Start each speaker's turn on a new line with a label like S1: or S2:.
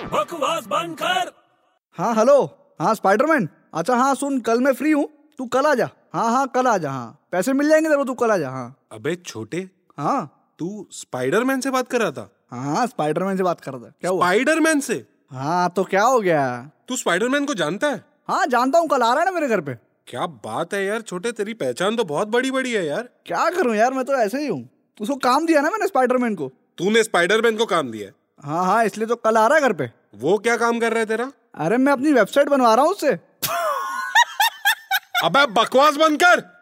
S1: आवाज बंद कर
S2: हाँ हेलो हाँ स्पाइडरमैन अच्छा हाँ सुन कल मैं फ्री हूँ तू कल आ जा हाँ हाँ कल आ जा हाँ पैसे मिल जाएंगे तेरे को तू कल आ जा हाँ
S3: अबे छोटे
S2: हाँ
S3: तू स्पाइडरमैन से बात कर रहा था
S2: हाँ स्पाइडरमैन से बात कर रहा था क्या हुआ
S3: स्पाइडरमैन से
S2: हाँ तो क्या हो गया
S3: तू स्पाइडरमैन को जानता है
S2: हाँ जानता हूँ कल आ रहा है ना मेरे घर पे
S3: क्या बात है यार छोटे तेरी पहचान तो बहुत बड़ी बड़ी है यार
S2: क्या करूँ यार मैं तो ऐसे ही हूँ उसको काम दिया ना मैंने स्पाइडरमैन को
S3: तूने स्पाइडरमैन को काम दिया है।
S2: हाँ हाँ इसलिए तो कल आ रहा है घर पे
S3: वो क्या काम कर रहा है तेरा
S2: अरे मैं अपनी वेबसाइट बनवा रहा हूँ उससे
S3: अबे बकवास बंद कर